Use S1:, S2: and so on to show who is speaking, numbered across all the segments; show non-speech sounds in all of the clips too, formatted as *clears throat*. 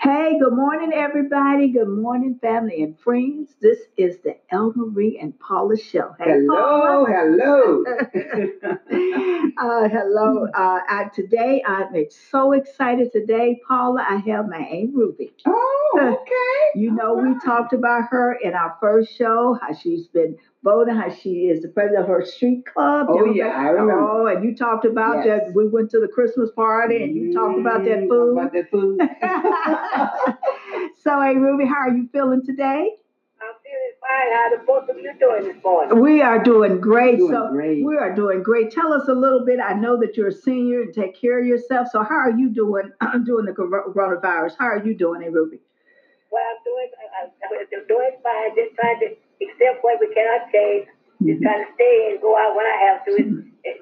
S1: Hey, good morning, everybody. Good morning, family and friends. This is the Elder Marie and Paula show. Hey,
S2: Hello,
S1: *laughs*
S2: hello.
S1: Paula. *laughs* Uh, hello. Uh, I, today, I'm so excited today, Paula. I have my Aunt Ruby.
S2: oh, okay.
S1: You know,
S2: *laughs*
S1: we talked about her in our first show, how she's been voting, how she is the president of her street club.
S2: Oh,
S1: Remember?
S2: yeah, I remember.
S1: Oh, and you talked about
S2: Yes.
S1: that. We went to the Christmas party and you talked about that
S2: Mm,
S1: food.
S2: About that
S1: *laughs*
S2: food.
S1: so, hey, Ruby, how are you feeling today?
S3: I'm feeling fine. How the both of you doing this morning?
S1: We are doing great.
S2: Doing
S1: so,
S2: great.
S1: we are doing great. Tell us a little bit. I know that you're a senior and take care of yourself. So, how are you doing *clears throat* doing the cor- coronavirus? How are you doing, hey, Ruby?
S3: Well, I'm doing, I'm, I'm doing fine. Just trying to, except what we cannot change,
S1: Mm-hmm.
S3: just trying to stay and go out when I have to, and, and-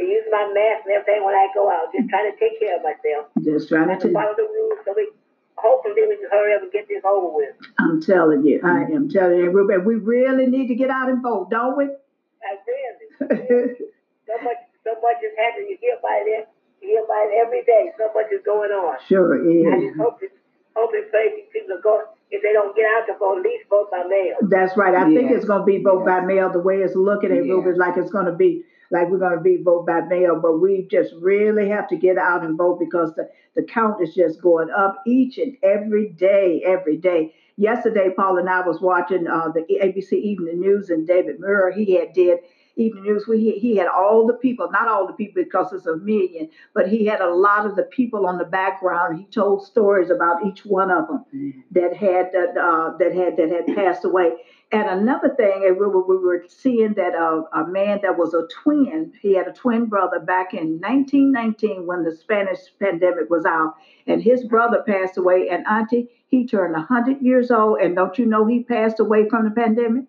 S3: and use my mask and everything when I go out. Just trying to take care of myself.
S1: Just trying
S3: Trying to
S1: to.
S3: follow the rules so we, hopefully, we can hurry up and get this over with.
S1: I'm telling you. I am telling you, Ruby. We really need to get out and vote, don't we? *laughs*
S3: I really, so much, so much is happening. You hear about it, you hear about it every day. So much is going on.
S1: sure
S3: I
S1: is.
S3: just hope that, hope and pray these people go, if they don't get out to vote, at least vote by mail.
S1: That's right. I think it's
S2: Yes,
S1: going to be vote by
S2: yes.
S1: mail the way it's looking at
S2: Yeah.
S1: Ruby, like it's going to be like we're going to be vote by mail. But we just really have to get out and vote because the, the count is just going up each and every day, every day. Yesterday, Paul and I was watching uh, the ABC Evening News and David Murray. He had did Evening News. We he, he had all the people, not all the people because it's a million, but he had a lot of the people on the background. He told stories about each one of them that had that uh, that had that had passed away. And another thing, and we were, we were seeing that uh, a man that was a twin, he had a twin brother back in 1919 when the Spanish pandemic was out, and his brother passed away. And Auntie, he turned 100 years old, and don't you know he passed away from the pandemic?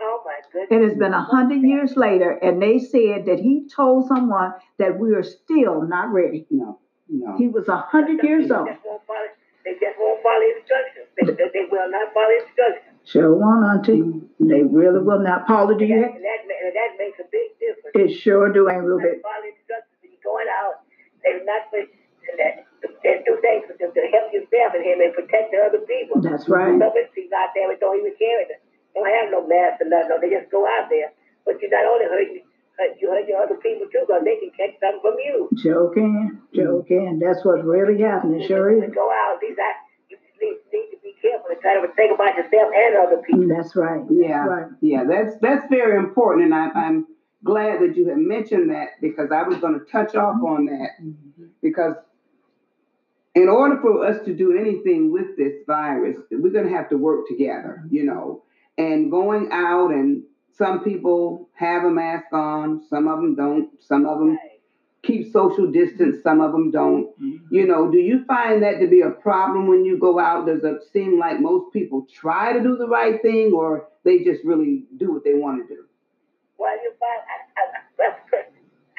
S3: Oh my
S1: It
S3: goodness.
S1: has been 100 years later, and they said that he told someone that we are still not ready.
S2: No, no.
S1: He was 100 years old.
S3: They just won't follow, they just won't follow instructions. They, they, they will not follow instructions.
S1: Sure won't, Auntie. They really will not. Paula, do you have?
S3: And that, ma- and that makes a big difference.
S1: It sure do, Aunt Ruby.
S3: Not follow instructions when you're going out. They're not for, that, they do things to, to help yourself and help and protect the other people.
S1: That's right.
S3: Some of these people out there that don't even carry it. Don't have no mask or nothing. They just go out there. But you're not only hurting, hurt- you hurt your other people too, because they can catch something from you.
S1: Joking, joking. That's what's really happening, sure
S3: to
S1: is.
S3: go out. These I you need, need to be careful and try to think about yourself and other people.
S1: That's right.
S2: Yeah,
S1: Right.
S2: yeah. That's that's very important, and I, I'm glad that you had mentioned that because I was going to touch off on that
S1: Mm-hmm.
S2: because in order for us to do anything with this virus, we're going to have to work together,
S1: Mm-hmm.
S2: you know. And going out, and some people have a mask on, some of them don't, some of them
S1: Mm-hmm.
S3: Right.
S2: keep social distance, some of them don't. You know, do you find that to be a problem when you go out? Does it seem like most people try to do the right thing, or they just really do what they want to do?
S3: Well, you find I, I, I,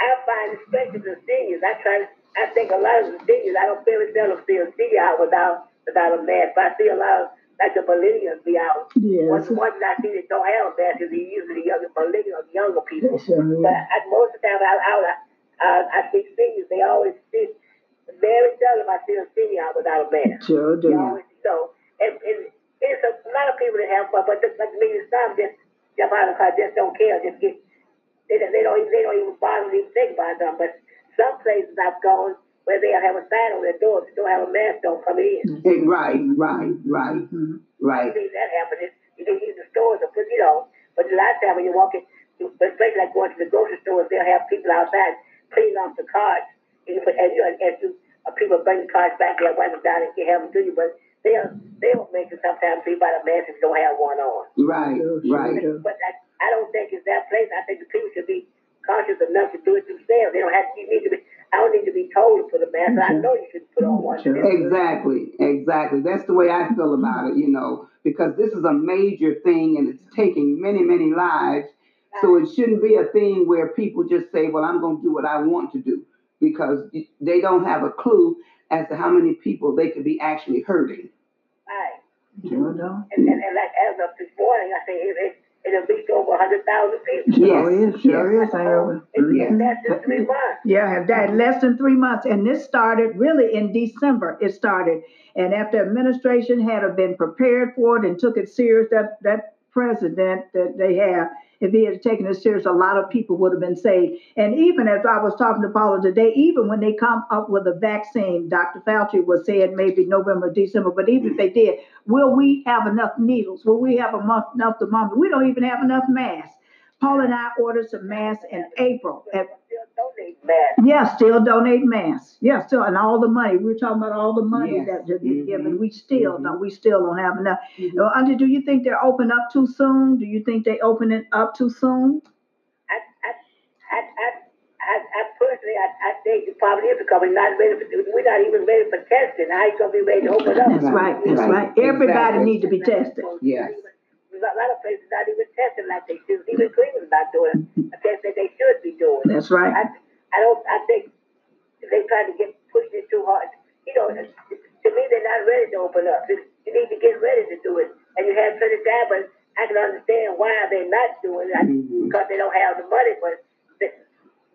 S3: I find especially the seniors. I try. I think a lot of the seniors. I don't feel seldom see a senior out without without a mask. But I see a lot of like the millennials be out. One
S1: Yes.
S3: one I see that don't have a mask is usually the younger millennials, younger
S1: It
S3: people.
S1: sure
S3: But
S1: is.
S3: I, most of the time I out, I, I, I see seniors. They always see very seldom I see a senior out without a mask.
S1: Sure
S3: You
S1: do.
S3: know, so and, and it's a lot of people that have, but but the, but me and some just jump out of the car, just don't care, just get they don't they don't even, they don't even bother to even think about them. But some places I've gone where they have a sign on their door, if you don't have a mask, don't come in.
S2: Eh, Right, right, right,
S1: Mhm.
S3: I've
S2: right.
S3: seen that happen. It's, you can use the stores, but you know, but a lot of time when you're walking, you- but places like going to the grocery stores, they'll have people outside cleaning off the carts. And you put as you as you uh, people bring carts back, they'll wipe them down and you have them do you, but they'll they'll make you sometimes be by the mask if you don't have one on.
S2: Right,
S1: Sure, sure
S2: right.
S1: do.
S3: But I, I don't think it's that place. I think the people should be conscious enough to do it themselves. They don't have to. You need to be. I don't need to be told to put a mask. on. I know you should put on one.
S1: Sure.
S2: Exactly, exactly. That's the way I feel about it, you know, because this is a major thing and it's taking many, many lives. So it shouldn't be a thing where people just say, well, I'm going to do what I want to do because they don't have a clue as to how many people they could be actually hurting.
S3: Right.
S1: Sure do.
S3: And, and, and like as of this morning, I say if, if and it reached over 100,000 people.
S1: Sure is,
S2: Yes, yes.
S1: sure is, Iowa.
S3: And
S2: Yeah.
S3: that's just three months.
S1: Yeah, have that less than three months. And this started really in December. It started. And after administration had have been prepared for it and took it serious, that that president that they have, if he had taken it serious, a lot of people would have been saved. And even as I was talking to Paula today, even when they come up with a vaccine, Dr. Fauci was saying maybe November, December, but even if they did, will we have enough needles? Will we have enough enough to monitor? We don't even have enough masks. Paula and I ordered some masks in April at
S3: Still donate masks.
S1: yeah, still donate masks. Yeah, still, and all the money. We were talking about all the money
S2: Yes.
S1: that has been given.
S2: Mhm.
S1: We still
S2: Mhm.
S1: don't. We still don't have enough.
S2: Mhm.
S1: Well, Auntie, do you think they're open up too soon? Do you think they open it up too soon?
S3: I, I, I, I, I, I personally, I, I think you probably is because we're not ready. For, we're not even ready for testing. How you gonna be ready to open up?
S1: That's right. That's
S2: Right.
S1: right. Everybody
S2: Exactly.
S1: needs to be tested.
S2: Yes.
S3: A lot of places not even testing like they should. Even Cleveland's not doing a test that they should be doing.
S1: That's right.
S3: I, I don't. I think they trying to get pushing it too hard. You know, to me, they're not ready to open up. You you need to get ready to do it, and you have plenty of time. But I can understand why they're not doing it I,
S2: Mhm.
S3: because they don't have the money. But the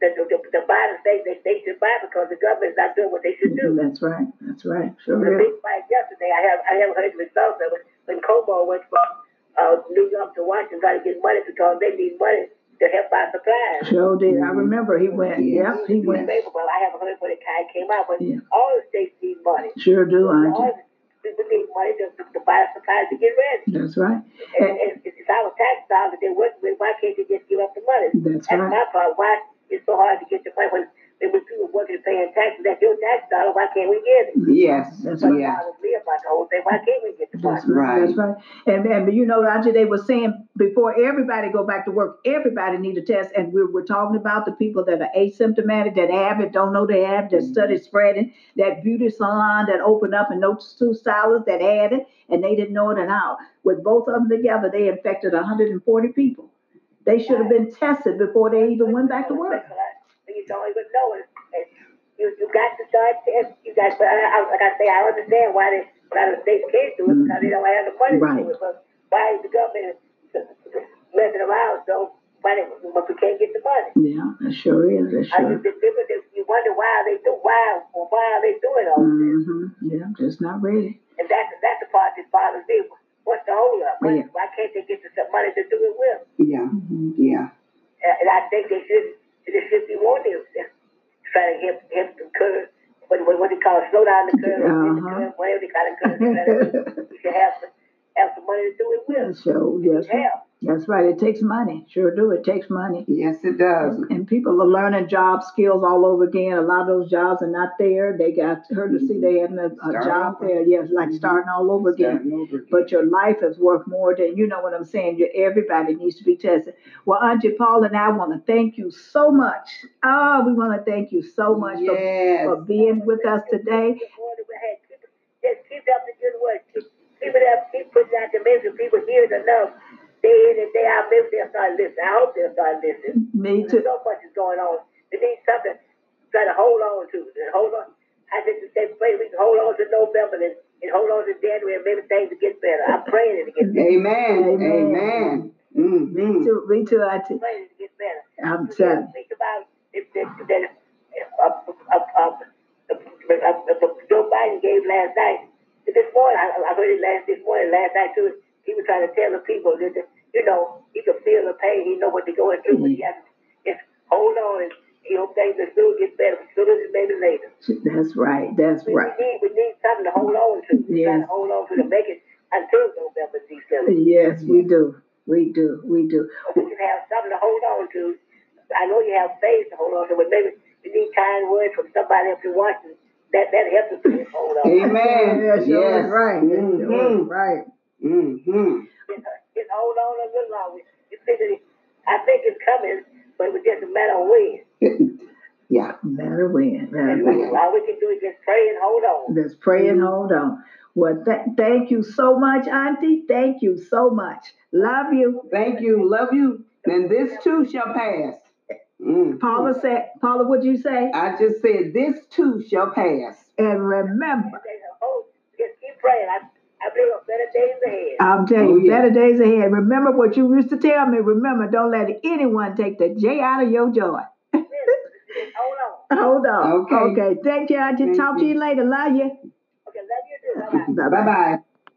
S3: the, the, the bottom thing they they should buy because the government's not doing what they should do.
S1: Mm-hmm, That's right. That's right.
S3: The
S1: Sure. is.
S3: big fight yesterday, I have I haven't heard the results of it. When Como went from uh, New York to Washington trying to get money because they need money to help buy supplies.
S1: Sure did. I remember he went.
S2: Yeah.
S1: Yep, Mm-hmm. he went.
S3: Favorable. I haven't heard when it kind of came out, but
S1: Yeah.
S3: all the states need money.
S1: Sure do, Auntie.
S3: All the people need money to, to buy supplies to get ready.
S1: That's right.
S3: And, and it's our tax dollars that they're working with. Why can't they just give up the money?
S1: That's
S3: That's
S1: right.
S3: my problem. Why it's so hard to get the money when, when we people working paying taxes? That's your tax dollar. Why can't we get it?
S2: Yes,
S1: That's
S3: But
S1: right.
S2: yes.
S3: I was me about the whole thing. Why can't we get the money?
S1: That's right.
S2: Right.
S1: That's right. And and you know, Roger, they were saying before everybody go back to work, everybody need a test. And we were talking about the people that are asymptomatic, that have it, don't know they have, it, that study spreading, that beauty salon that opened up and those two stylists that had it and they didn't know it at all. With both of them together, they infected 140 people. They should have been tested before they even went back to work.
S3: And you don't even know it. And you, you got to start test. You got to, I, I, like I say, I understand why they, why the states can't do it because they don't have the money to do
S1: Right.
S3: it. But why is the government messing around so why they, but we can't get the money?
S1: Yeah, that sure is. That
S3: I mean,
S1: sure.
S3: the people that you wonder why they do why why are they doing all this?
S1: Mm-hmm. Yeah, just not ready.
S3: And that's that's the part that bothers me. What's the hold up?
S1: Oh,
S3: Why,
S1: Yeah.
S3: why can't they get the money to do it with?
S2: Yeah,
S1: Mhm.
S2: yeah.
S3: Uh, and I think they should they should be warning them, trying to help help the curve. What what, what they call it, slow down the curve, uh the
S1: Uh-huh.
S3: curve whatever they call the curve.
S1: *laughs*
S3: you should have some, have some money to do it with.
S1: So yes,
S3: Hell,
S1: that's right. It takes money. Sure do. It takes money.
S2: Yes, it does.
S1: And people are learning job skills all over again. A lot of those jobs are not there. They got her to see they had a, a
S2: Start
S1: job
S2: over. Mm-hmm.
S1: there. Yes, like starting all over again.
S2: Starting over again.
S1: But your life is worth more than you know what I'm saying. You, everybody needs to be tested. Well, Auntie Paul and I want to thank you so much. Oh, we want to thank you so much for,
S2: Yes.
S1: for being with us today.
S3: Keep going with it. Keep it- Just keep up the good work. Keep, keep it up. Keep putting out the message. People hear it enough. Day in and day out, maybe they'll start listening. I hope they'll start listening.
S1: Me
S3: There's
S1: too.
S3: so much is going on. They need something to try to hold on to. And hold on. I just say, pray we can hold on to November and, and hold on to January and maybe things will get better. I'm praying it to get better.
S2: Amen.
S1: Amen.
S2: Amen. Mhm.
S1: Me too. *laughs* Me too, Auntie.
S3: I'm praying it to get better.
S1: I'm telling you.
S3: Think about if that that Joe Biden gave last night. This morning, I, I heard it last this morning, last night too. He was trying to tell the people that you know he could feel the pain. He know what they're going through, but he has to just hold on and he hope things will soon get better. Sooner than maybe later.
S1: That's right. That's
S3: We,
S1: right.
S3: we need we need something to hold on to. We got to
S1: Yes.
S3: hold on to to make it until November, December.
S1: Yes, we do. We do. We do.
S3: If you have something to hold on to, I know you have faith to hold on to, but maybe you need kind words from somebody if you want to. That that helps you to hold on.
S2: Amen. Yes.
S1: sure is right. Sure is
S2: Mhm.
S1: Right.
S2: Mhm.
S3: Just, just hold on a little longer. You figure it- I think it's coming, but it's just a matter of when.
S2: Yeah.
S1: Matter when. Matter
S3: And
S1: when.
S3: we, all we can do is just pray and hold on.
S1: Let's pray and hold on. Well, th- thank you so much, Auntie. Thank you so much. Love you.
S2: Thank you. Love you. And this too shall pass. Mm.
S1: Paula said, Paula, what'd you say?
S2: I just said this too shall pass.
S1: And remember,
S3: Just hold- Just keep praying. I, I believe on better days ahead.
S1: I'm telling
S2: Oh,
S1: you,
S2: yeah.
S1: better days ahead. Remember what you used to tell me. Remember, don't let anyone take the J out of your joy.
S3: Listen, hold on.
S1: Hold on.
S2: Okay.
S1: Okay. Thank you. I'll
S2: Thank
S1: talk to
S2: you.
S1: you later. Love you.
S3: Okay, love you too. Bye
S1: Bye
S3: bye.
S2: Bye bye.